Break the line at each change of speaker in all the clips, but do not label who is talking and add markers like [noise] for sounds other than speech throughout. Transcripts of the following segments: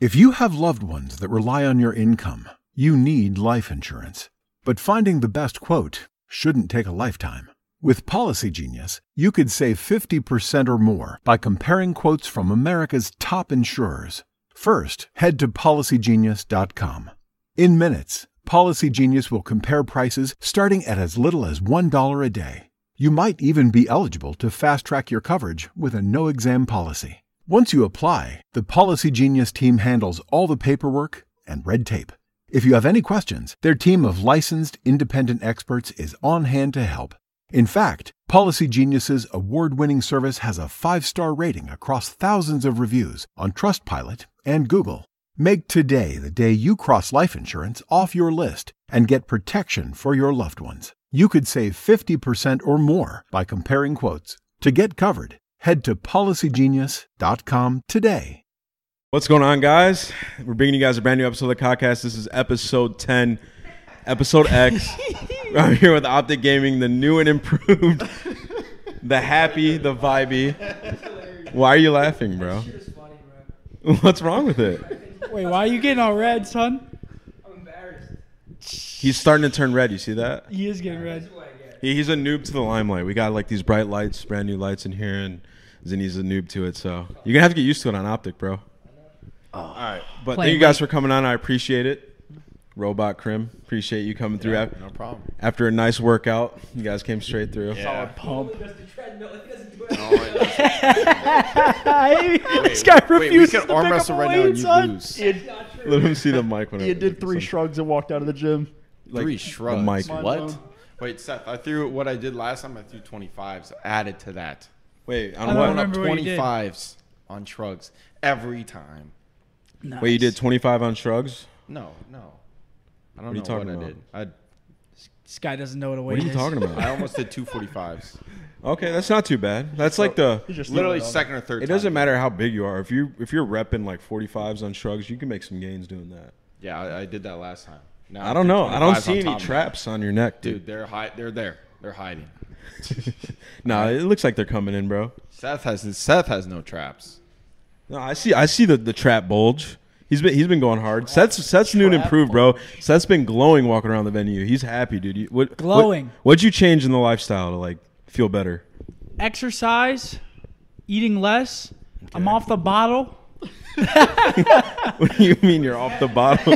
If you have loved ones that rely on your income, you need life insurance. But finding the best quote shouldn't take a lifetime. With Policy Genius, you could save 50% or more by comparing quotes from America's top insurers. First, head to policygenius.com. In minutes, Policy Genius will compare prices starting at as little as $1 a day. You might even be eligible to fast track your coverage with a no exam policy. Once you apply, the Policy Genius team handles all the paperwork and red tape. If you have any questions, their team of licensed independent experts is on hand to help. In fact, Policy Genius's award-winning service has a 5-star rating across thousands of reviews on Trustpilot and Google. Make today the day you cross life insurance off your list and get protection for your loved ones. You could save 50% or more by comparing quotes. To get covered, head to policygenius.com today.
What's going on, guys? We're bringing you guys a brand new episode of the podcast. This is episode 10, episode X. [laughs] I'm here with Optic Gaming, the new and improved, the happy, the vibey. Why are you laughing, bro? What's wrong with it?
[laughs] Wait, why are you getting all red, son?
He's starting to turn red. You see that?
He is getting [laughs] red.
He, he's a noob to the limelight. We got like these bright lights, brand new lights in here, and Zinny's a noob to it. So you're gonna have to get used to it on optic, bro.
Oh.
All right, but
Playing
thank you guys for coming on. I appreciate it. Robot Crim, appreciate you coming through. af-
No problem.
After a nice workout, you guys came straight through.
Pump. this
Wait,
guy
wait, we
refuses
can
to
arm
pick up a
wrestle right now and
weight,
you
son.
lose.
Let him see the mic. When
You did three shrugs and walked out of the gym.
Three shrugs.
mic. Mind
What? Wait, Seth. I threw what I did last time. I threw twenty fives. Added to that.
Wait, on
I don't
what?
remember what you
Twenty
did.
fives on shrugs every time.
Wait, you did 25 on shrugs?
No, no. I
What
don't
are you
know
talking
what
about?
I did.
This guy doesn't know what a weight
What are you
is.
talking
[laughs] I, I
about?
almost
[laughs]
did two forty fives.
Okay, that's not too bad. That's like the.
You just
Literally
threw it on.
second or third.
It
time.
doesn't matter how big you are. If you if you're repping like 45s on shrugs, you can make some gains doing that.
Yeah, I, I did that last time. Now
I don't know. I don't
25s
see
on
any
top of that.
traps on your neck, dude.
Dude, they're hi- They're there. They're hiding.
Nah, it looks like they're coming in, bro.
Seth has Seth has no traps.
No, I see. I see the, the trap bulge. He's been he's been going hard. Seth's Seth's new and improved, bro. Seth's been glowing walking around the venue. He's happy, dude. You, what, what-
Glowing.
what'd you change in the lifestyle to like feel better? [laughs]
Exercise, eating less. I'm off the bottle.
What do you mean you're off the
[laughs]
bottom?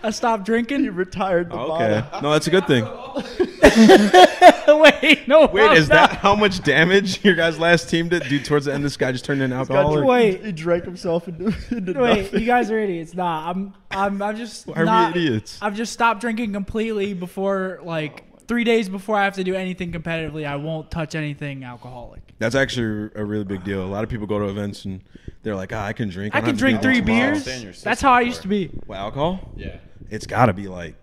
I stopped drinking.
You retired the
Okay,
bottom.
no, that's a good thing.
[laughs] Wait, no.
Wait,
I'm
is
not.
that how much damage your guys' last team did? Dude, towards the end, this guy just turned into an alcoholic.
Wait.
He drank himself into, [laughs] into
Wait,
nothing.
you guys are idiots. Nah, I'm, I'm, I'm just.
are we
not-
idiots?
I've just stopped drinking completely before, like, three days before I have to do anything competitively. I won't touch anything alcoholic.
That's actually a really big deal. A lot of people go to events and they're like, ah, I can drink.
I
don't
can
have to
drink
do it
three
tomorrow."
beers.
Stay in your
That's
system
how I
for
used
it.
to be.
What, alcohol?
Yeah.
It's got to be like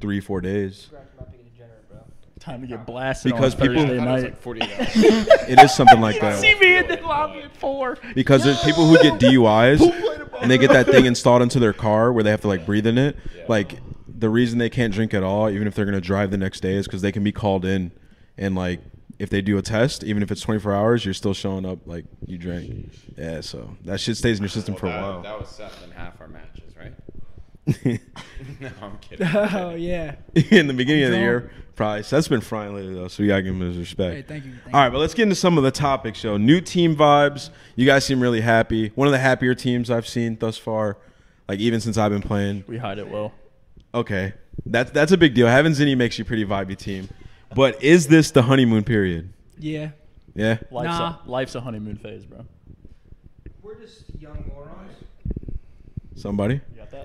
three, four days.
Time to get blasted
Because
on a
people-
Thursday
I was
night.
like forty. hours.
It is something like that.
See me in the lobby at four.
because there's people who get DUIs and they get that thing installed into their car where they have to like breathe in it. Like the reason they can't drink at all, even if they're gonna drive the next day, is because they can be called in and like if they do a test, even if it's 24 hours, you're still showing up like you drank. Yeah, so that shit stays in your system for a
that,
while.
that was Seth in half our matches, right?
[laughs]
[laughs] no, I'm kidding. I'm kidding.
[laughs] Oh yeah.
in the beginning of the
I'm
year, probably. So that's been frying lately though, so we gotta give him his respect.
Hey, thank you. Thank
All right, but let's get into some of the topics, yo. New team vibes. You guys seem really happy. One of the happier teams I've seen thus far, like even since I've been playing.
We hide it well.
Okay, that's that's a big deal. Having Zinni makes you a pretty vibey team. But is this the honeymoon period?
you. Yeah.
Yeah.
Life's,
Nah.
a, life's a honeymoon phase, bro.
We're just young morons.
Somebody.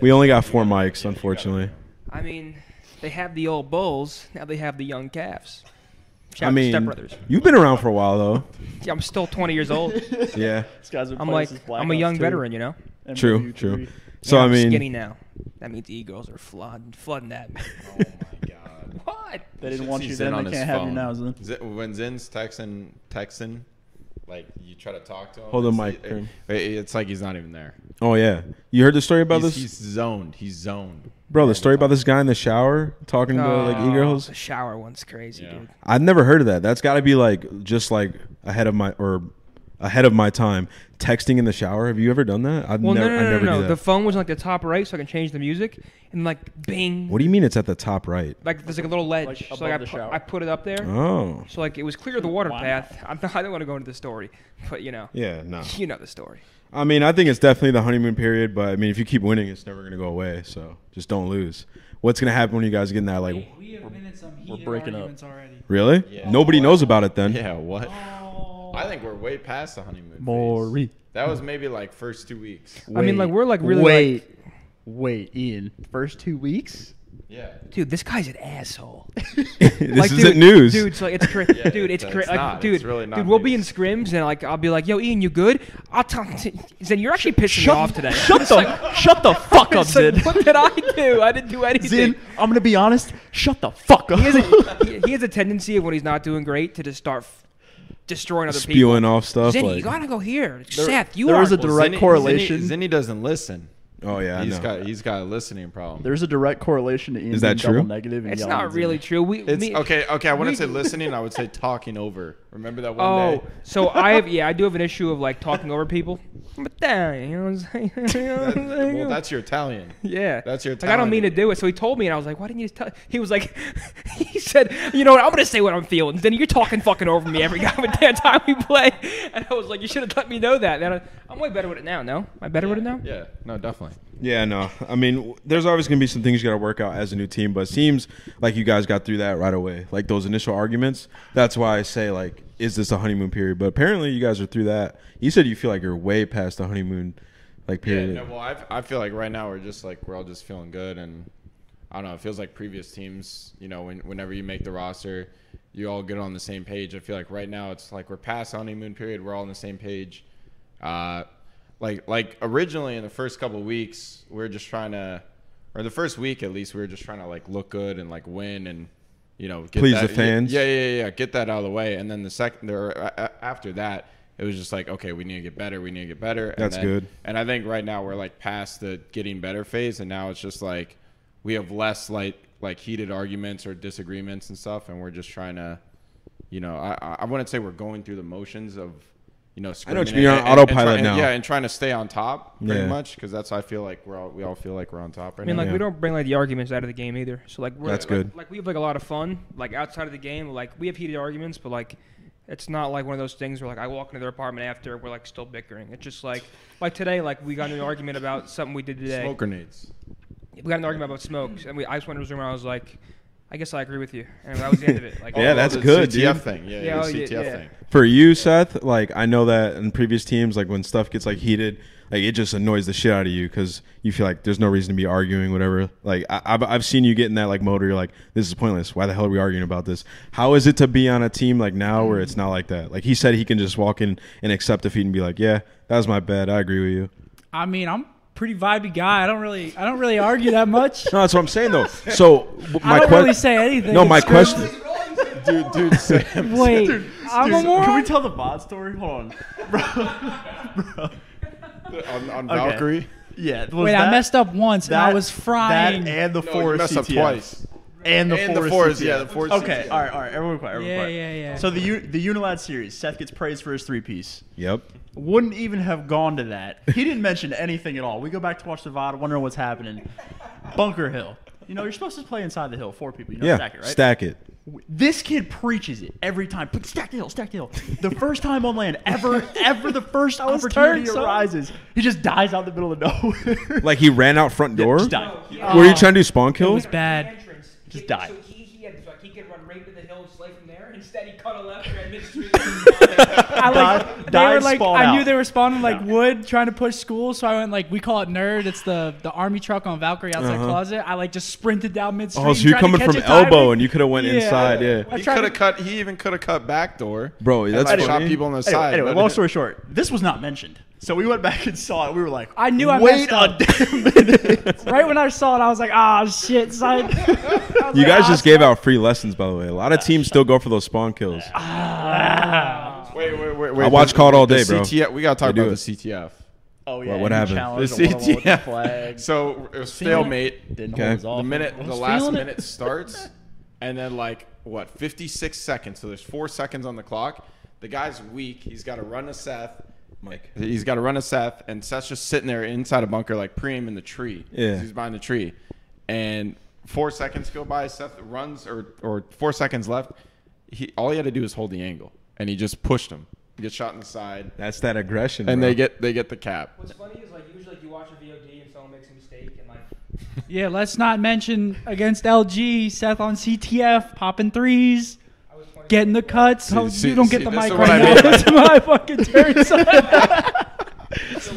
We only got four mics, unfortunately.
I mean, they have the old bulls. Now they have the young calves. Shout
I
out to
mean,
Step Brothers.
you've been around for a while though.
Yeah, I'm still 20
[laughs]
years old.
Yeah.
This guy's been
I'm
playing
like,
since Black
I'm a
Ops
young
2.
veteran, you know.
MW3.
True. True. So
And
I
I'm
mean,
skinny now. That means the Eagles are flooding, flooding that. [laughs]
Oh my god.
what?
They
Should
didn't want
see
you
Zen
then. They
on his
can't have you
phone.
now, Zen.
Zen- When Zen's texting, texting, like you try to talk to him.
Hold the
it's-
mic,
it-
Krim.
it- it's like he's not even there.
oh yeah, you heard the story about
He's,
Oh, this,
he's zoned.
[laughs]
He's zoned.
bro. The story about this guy in the shower talking to like
Oh,
e-girls.
The shower one's crazy,
Yeah.
dude.
I've never heard of that. That's got to be like just like ahead of my or ahead of my time texting in the shower. Have you ever done that? I've
Well,
never,
no,
I
no, no,
never
no. no.
do
The
that.
phone was in, like the top right, so I can change the music and like bing.
what do you mean it's at the top right?
Like there's like a little ledge,
Like,
so
above
like I,
the
pu-
shower.
I put it up there.
Oh,
So like it was clear of the water
Wow.
path. [laughs] I'm not, I don't want to go into the story, but you know,
yeah, no.
you know the story.
I mean, I think it's definitely the honeymoon period, but I mean, if you keep winning, it's never gonna go away. So just don't lose. What's gonna happen when you guys get in that? Like,
We have been in some heated
breaking up.
arguments already.
really?
Yeah.
Nobody knows about it then.
Yeah, what? I think we're way past the honeymoon. phase.
Maury.
That was maybe like first
[laughs]
two weeks.
I mean, like, we're, like, really,
wait, wait, Ian. First two weeks,
Yeah.
Dude, this guy's an
[laughs]
asshole.
this
like,
isn't
dude,
news.
Dude, it's
[laughs]
like it's cra-
Yeah,
dude, it's,
it's-
cra-
it's
like,
not.
dude,
It's really not
dude, we'll be in
news.
scrims and like I'll be like, "Yo, Ian, you good?" I'll tell then you're actually pissing me off today. [laughs]
[laughs] Shut the shut [laughs] the fuck up,
It's like,
Zin.
what did I do? I didn't do anything.
Zin, I'm gonna be honest. Shut the fuck up.
He has a he, he has a tendency of when he's not doing great to just start f- destroying other people.
spewing off stuff.
Zinni,
like,
you gotta go here.
There-
Seth, you
there
are.
was a direct correlation.
Zinni, Zinni doesn't listen.
oh yeah, I
He's
know.
got he's got a listening problem.
[laughs] There's a direct correlation to Ian
Is that
being double
true?
negative and
it's
yelling at
not
Zin.
really true. We
It's
me-
okay. Okay, I wouldn't
we-
say listening. I would
[laughs]
say talking over. Remember that one
Oh,
day?
so I have yeah, I do have an issue of like talking over people. But dang, you know what I'm saying? [laughs] You know what I'm saying?
Well, that's your Italian.
yeah.
that's your
Like I don't mean to do it. So he told me, and I was like, "Why didn't you just tell?" He was like, [laughs] "He said, you know what? I'm gonna say what I'm feeling. Then you're talking fucking over me every [laughs] goddamn time we play." And I was like, "You should have let me know that." And I, I'm way better with it now. No, am I better with it now?
Yeah. No, definitely.
Yeah, no. I mean, w- there's always gonna be some things you gotta work out as a new team, but it seems like you guys got through that right away. Like those initial arguments. That's why I say like, is this a honeymoon period? But apparently, you guys are through that. You said you feel like you're way past the honeymoon, like
Yeah.
period.
No, well, I I feel like right now we're just like we're all just feeling good, and I don't know. It feels like previous teams. You know, when, whenever you make the roster, you all get on the same page. I feel like right now it's like we're past the honeymoon period. We're all on the same page. Uh, like like originally in the first couple of weeks, we were just trying to, or the first week at least, we were just trying to like look good and like win and. You know, get
Please
that-
the fans.
Yeah, yeah, yeah, yeah. Get that out of the way, and then the second, or a- a- after that, it was just like, okay, we need to get better. We need to get better. and
That's
then-
good.
and I think right now we're like past the getting better phase, and now it's just like we have less like like heated arguments or disagreements and stuff, and we're just trying to, you know, I I- I wouldn't say we're going through the motions of, you know,
I know what you
screaming
mean, you're on
and- and- and
autopilot
trying-
now.
yeah, and trying to stay on top pretty
Yeah.
much because that's how I feel like we're all we all feel like we're on top right
I mean,
now.
like
Yeah.
we don't bring like the arguments out of the game either. So like we're,
That's
like,
good.
Like we have like a lot of fun like outside of the game. Like we have heated arguments, but like it's not like one of those things where like I walk into their apartment after we're like still bickering. It's just like like today like we got into an argument about something we did today.
Smoke grenades.
We got an argument about smokes, and we I just went into his room and I was like, I guess I agree with you, and that was the end of it.
[laughs]
Like
Yeah,
Oh,
that's
the
good,
CTF
dude.
thing. Yeah,
Yeah,
the
oh, yeah,
CTF
yeah.
thing.
For you, Seth, like I know that in previous teams, like when stuff gets like heated, like it just annoys the shit out of you because you feel like there's no reason to be arguing, whatever. Like I, I've, I've seen you get in that like mode where you're like, this is pointless. Why the hell are we arguing about this? How is it to be on a team like now where it's not like that? Like he said, he can just walk in and accept defeat and be like, yeah, that was my bad. I agree with you.
I mean, I'm pretty vibey guy. I don't really, I don't really argue that much.
No, that's what I'm saying
[laughs]
though. So w- [laughs]
I
my
don't really
question,
say anything.
no,
in
my
scrims.
question,
Dude, dude, Sam.
[laughs]
Wait, I'm a
Dude,
moron.
Can we tell the bot story? Hold on.
on, on
Okay.
Valkyrie.
Yeah.
Wait, I messed up once. and I was frying.
That and the
No, you
forest
messed up
CTFs.
twice.
And the
And the
forest.
forest, yeah,
CTFs.
the forest
Okay.
CTFs.
All right. All right. Everyone quiet. Everyone
Yeah,
quiet.
yeah, yeah.
So the U- the Unilad series, Seth gets praised for his three piece.
yep.
Wouldn't even have gone to that. He didn't mention anything at all. We go back to watch the VOD, wondering what's happening. Bunker Hill. You know, you're supposed to play inside the hill, four people. You know,
Yeah.
stack it, right?
Stack it.
This kid preaches it every time. Put stack the hill, stack the hill. The first time on land, ever, ever
[laughs]
the first
was
opportunity
turned, son.
arises, he just dies out the middle of nowhere.
Like he ran out front door.
[laughs] just died.
Were you trying to do spawn
Oh. it
kills?
was
[laughs]
bad.
entrance.
Just
he,
die.
So he, he had like he could run right to the hill and slay from there. Instead, he cut a left
[laughs]
and midstream. I
I like.
Die-
they
die
were
and
like.
spawn
I
out.
knew they were spawning like wood, trying to push school. So I went like. We call it nerd. It's the the army truck on Valkyrie outside closet. I like just sprinted down midstream.
Uh-huh. Oh, so you're
tried to
coming
catch
from
a timing.
elbow, and you could have went
Yeah.
inside. Yeah.
I
He
tried
could
to-
have cut. He even could have cut back door,
Bro,
and,
that's
like, shot
funny.
people on the
Anyway,
side.
anyway,
That-
long story short, this was not mentioned. So we went back and saw it. We were like,
I knew I
wait
messed up.
a
[laughs]
damn minute.
Right when I saw it, I was like, ah, shit, son.
You guys just gave out free lessons, by the way. A lot of teams still go for those spawn kills.
Wait, wait, wait, wait.
I watch COD all
the
day, bro.
CTF, we gotta talk
They do
about the
it.
CTF.
oh yeah.
What- what
you
happened?
challenged
The
a one-on-one with the
CTF.
flag.
So it was stalemate.
Didn't
Okay.
hold us
The
The
off.
minute, the last
feeling it.
minute starts, and then like what, 56 seconds. So there's four seconds on the clock. The guy's weak. He's got to run a Seth.
Mike.
He's got to run a Seth, and Seth's just sitting there inside a bunker, like pre-aim in the tree.
Yeah.
He's behind the tree, and four seconds go by. Seth runs, or or four seconds left. He all he had to do was hold the angle, and he just pushed him. He gets shot in the side,
That's that aggression.
and
bro.
they get they get the cap.
What's funny is like usually like, you watch a VOD and someone makes a mistake and like
[laughs] Yeah, let's not mention against LG, Seth on CTF, popping threes,
I was 20
getting the cuts. oh,
see-
you don't
see,
get the
this
mic
is what I
right
mean.
now. It's my fucking turn. son. it's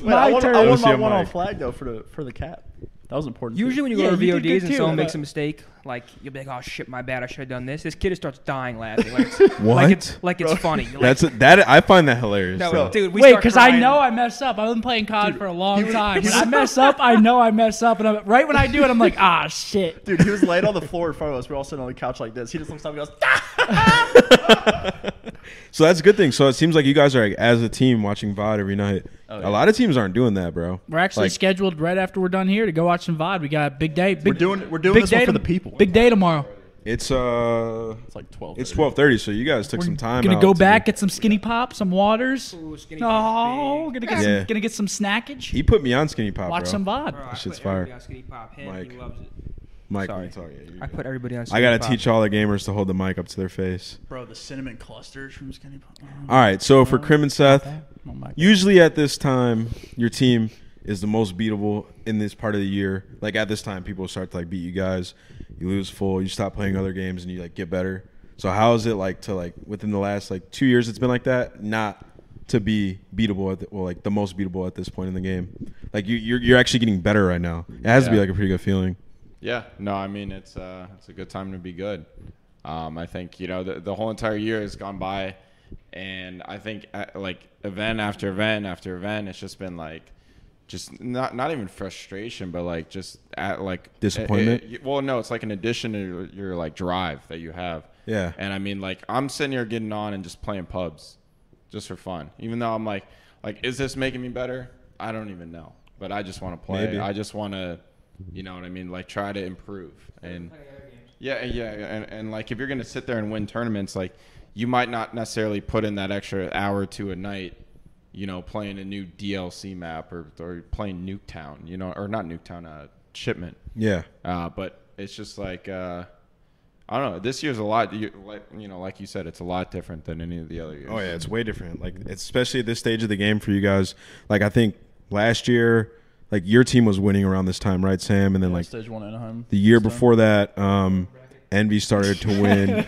Wait, I
my
want,
turn.
I want
see
my
a
one on
mic.
flag though for the for the cap. That was important. too.
Usually when you
Yeah,
go to
you did
VODs
good
and
too,
someone
but-
makes a mistake, like you'll be like, "Oh shit, my bad. I should have done this." This kid starts dying laughing. Like it's,
[laughs] What?
Like it's, like it's funny. You're
That's
like,
a, that. I find that hilarious.
no,
though.
dude. We
Wait,
start
because I
crying.
know I mess up. I've been playing COD for a long
was-
time. When I mess up, I know I mess up, and I'm, right when I do it, I'm like, ah, shit.
Dude, he was laid on the floor in front of us. We're all sitting on the couch like this. He just looks up and goes, "Ah!"
So that's a good thing. So it seems like you guys are like, as a team watching VOD every night. A
Oh,
lot of teams aren't doing that, bro.
We're actually
like,
scheduled right after we're done here to go watch some VOD. We got a big day. Big,
We're doing we're doing
big
this
day
one for
to-
the people.
Big day tomorrow.
it's uh,
It's like twelve.
it's twelve thirty. So you guys took some time.
Gonna
out
go
to
back, get some skinny pop, some waters.
Ooh, skinny
Oh,
pop.
gonna get
Yeah.
some, gonna get some snackage.
He put me on Skinny Pop.
Watch
bro.
some VOD.
Bro, I
shit's
put
fire.
everybody on Skinny Pop. Him,
Mike.
He loves it.
Mike,
Sorry.
you talk, yeah, you
I
go.
put everybody on.
I
Skinny
gotta
Pop.
teach all the gamers to hold the mic up to their face.
Bro, the cinnamon clusters from Skinny Pop.
All right. So for Crim and Seth,
Oh my God.
usually at this time, your team is the most beatable in this part of the year. Like at this time, people start to like beat you guys. You lose full. You stop playing other games and you like get better. So how is it like to like within the last like two years? It's been like that. Not to be beatable at the, well, like the most beatable at this point in the game. Like you, you're you're actually getting better right now. It has to be
Yeah.
like a pretty good feeling.
Yeah, no, I mean it's uh, it's a good time to be good. Um, I think you know the, the whole entire year has gone by, and I think uh, like event after event after event, it's just been like just not not even frustration, but like just at like it- it-
Disappointment?
y- well, no, it's like an addition to your, your like drive that you have.
Yeah.
and I mean like I'm sitting here getting on and just playing pubs, just for fun. Even though I'm like like is this making me better? I don't even know, but I just want to play.
Maybe.
I just want to, you know what I mean? Like try to improve and yeah, and- yeah, and, and like if you're gonna sit there and win tournaments, like you might not necessarily put in that extra hour to a night, you know, playing a new DLC map or or playing Nuketown, you know, or not Nuketown, uh, Shipment.
Yeah.
Uh, but it's just like uh, I don't know. This year's a lot, you, like you know, like you said, it's a lot different than any of the other years.
Oh yeah, it's way different. Like especially at this stage of the game for you guys. Like I think last year, like your team was winning around this time, right, Sam? And then like
stage one Anaheim.
the year before that, um, Envy started to
[laughs]
win.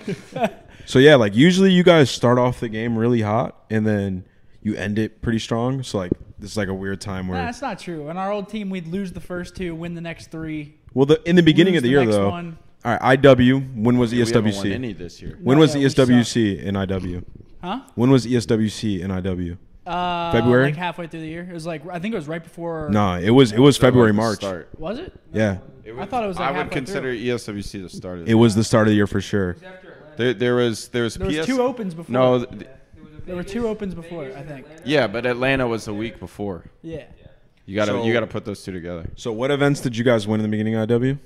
so yeah, like usually you guys start off the game really hot and then you end it pretty strong. So like this is like a weird time
Nah,
where
that's not true. In our old team, we'd lose the first two, win the next three.
well the in the beginning
lose
of the,
the
year
next
though.
one.
All right, IW. When was E
We haven't won
ESWC?
any this year.
when
No,
was E
yeah, we suck.
ESWC and IW?
Huh?
When was E ESWC and IW?
Uh,
February?
Like halfway through the year. It was like, I think it was right before.
Nah, it was it was February
Like the
March.
start.
Was it?
Yeah,
It
I thought it was, like,
I would
halfway
consider E ESWC the start of the
it was the start of the year for sure.
There, there was there was,
There was
PS
two opens before.
No, th- th-
There were two opens before, I think.
yeah, but Atlanta was the week before.
Yeah.
You gotta
So-
you gotta put those two together.
So what events did you guys win in the beginning of IW?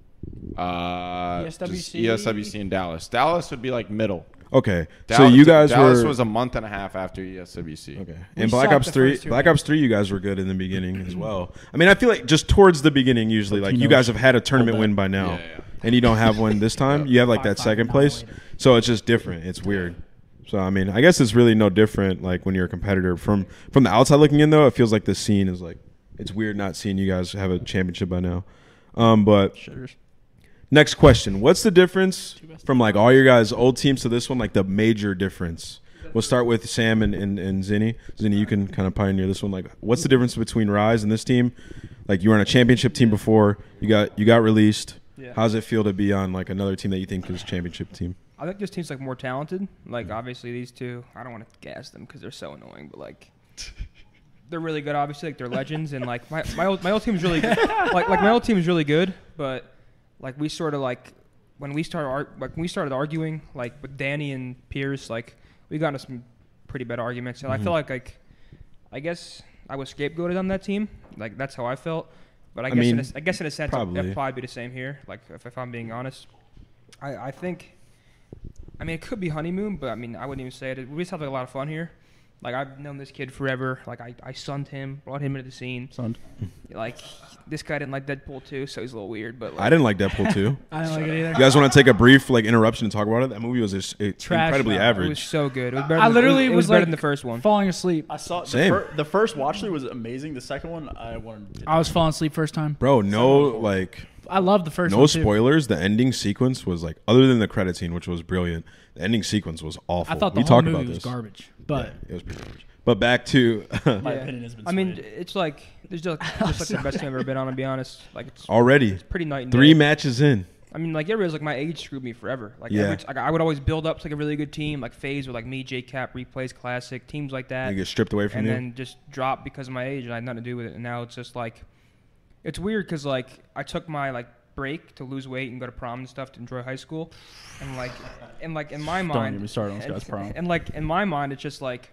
E
Uh, just
ESWC.
ESWC in Dallas. Dallas would be like middle.
Okay, so
Dallas-
you guys
Dallas
were
was a month and a half after E ESWC.
okay. And
We
Black
sucked
Ops
the
Three,
first two Mm-hmm.
Black
games.
Ops Three, you guys were good in the beginning as well. I mean, I feel like just towards the beginning, usually like you guys have had a tournament win by now,
Yeah, yeah, yeah.
and you don't have one
[laughs]
this time. You have like
Five,
that
five,
second
nine
place,
later.
so it's just different. It's weird. So I mean, I guess it's really no different. Like when you're a competitor from from the outside looking in, though, it feels like the scene is like it's weird not seeing you guys have a championship by now. Um, but
Shitters.
Next question. What's the difference from like all your guys' old teams to this one? Like the major difference. We'll start with Sam and, and, and Zinni. Zinni, you can kind of pioneer this one. Like, what's the difference between Rise and this team? Like, you were on a championship team before. You got you got released.
Yeah.
How's it feel to be on like another team that you think is championship team?
I think this team's like more talented.
Mm.
Like obviously these two, I don't want to gas them because they're so annoying, but like they're really good. Obviously, like they're legends, and like my my old my old
[laughs]
team's really good. like like my old team's really good, but like we sort of like when we started ar- like when we started arguing like with Danny and Pierce, like we got into some pretty bad arguments, and I
Mm-hmm.
feel like like I guess I was scapegoated on that team. Like that's how I felt. But I, guess
mean,
in a, s- I guess in a sense,
probably.
it'd probably be the same here. Like if, if I'm being honest, I I think I mean, it could be honeymoon, but I mean, I wouldn't even say it. We just have like a lot of fun here. Like I've known this kid forever. Like I, I sunned him, brought him into the scene.
Son.
Like this guy didn't like Deadpool too, so he's a little weird. But like,
I didn't like Deadpool
[laughs]
too.
I don't like it
You
either.
guys want to take a brief like interruption and talk about it? That movie was just it,
Trash,
incredibly
though.
It was
average.
so good. It was better
I
than-
literally
it was,
was
better
like
than the first one.
falling asleep.
I saw the,
Same.
fir- the first watch through was amazing. The second one, I wanted. To
I was falling asleep first time.
Bro, no like
I love the first
no
one. too.
spoilers. The ending sequence was like other than the credit scene, which was brilliant. The ending sequence was awful.
I thought the
we
whole
talked
movie
about
was
this.
garbage, but
It was pretty average. But back to [laughs]
my
Yeah.
opinion has been.
I mean,
swayed.
it's like there's just, just like the best team I've ever been on. To be honest, like it's
already
pretty night and
three
day.
matches in.
I mean, like everybody's like my age screwed me forever. Like,
Yeah.
every t- like I would always build up to like a really good team, like phase with like me, J Cap, replays, classic teams like that,
You get stripped away from
and
you.
then just drop because of my age and I had nothing to do with it. And now it's just like, it's weird because like I took my like break to lose weight and go to prom and stuff to enjoy high school, and like, and like in my mind,
get me started on this
and-
guy's prom.
And like in my mind, it's just like,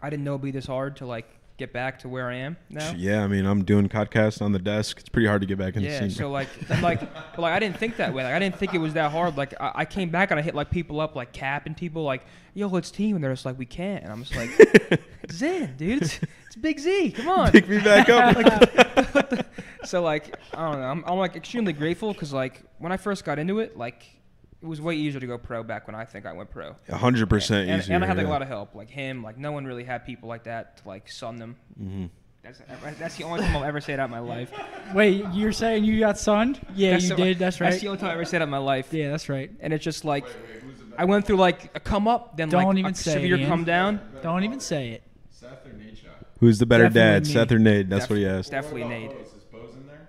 I didn't know it'd be this hard to like get back to where I am now.
yeah, I mean, I'm doing podcast on the desk. It's pretty hard to get back in the
Yeah,
scene.
so like, I'm like, but like I didn't think that way. Like I didn't think it was that hard. Like I, I came back and I hit like people up, like Cap and people, like yo, let's team, and they're just like, we can't. And I'm just like, Zen, dude, it's, it's Big Z, come
[laughs]
on.
Pick me back up. [laughs]
so [laughs] like, I don't know. I'm, I'm like extremely grateful because like when I first got into it, like it was way easier to go pro back when I think I went pro.
A hundred percent
And,
easier.
and I had like
yeah.
a lot of help, like him. Like no one really had people like that to like sun them.
Mm-hmm.
That's that's the only time I'll ever say it out in my life.
wait, you're saying you got sunned? Yeah,
That's
you
the-
did. That's
That's
right.
the only time I ever said it in my life.
Yeah, that's right.
And it's just like I went through like a come up, then like
Don't
a
even say it,
severe
Ian.
come down.
Don't even say it.
Seth or Nate shot?
Who's the better
Definitely
dad,
me.
Seth or Nade? That's what he
Def-
asked.
Definitely Nate.
Bose? Is Bose in there?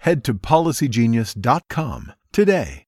head to policygenius.com today.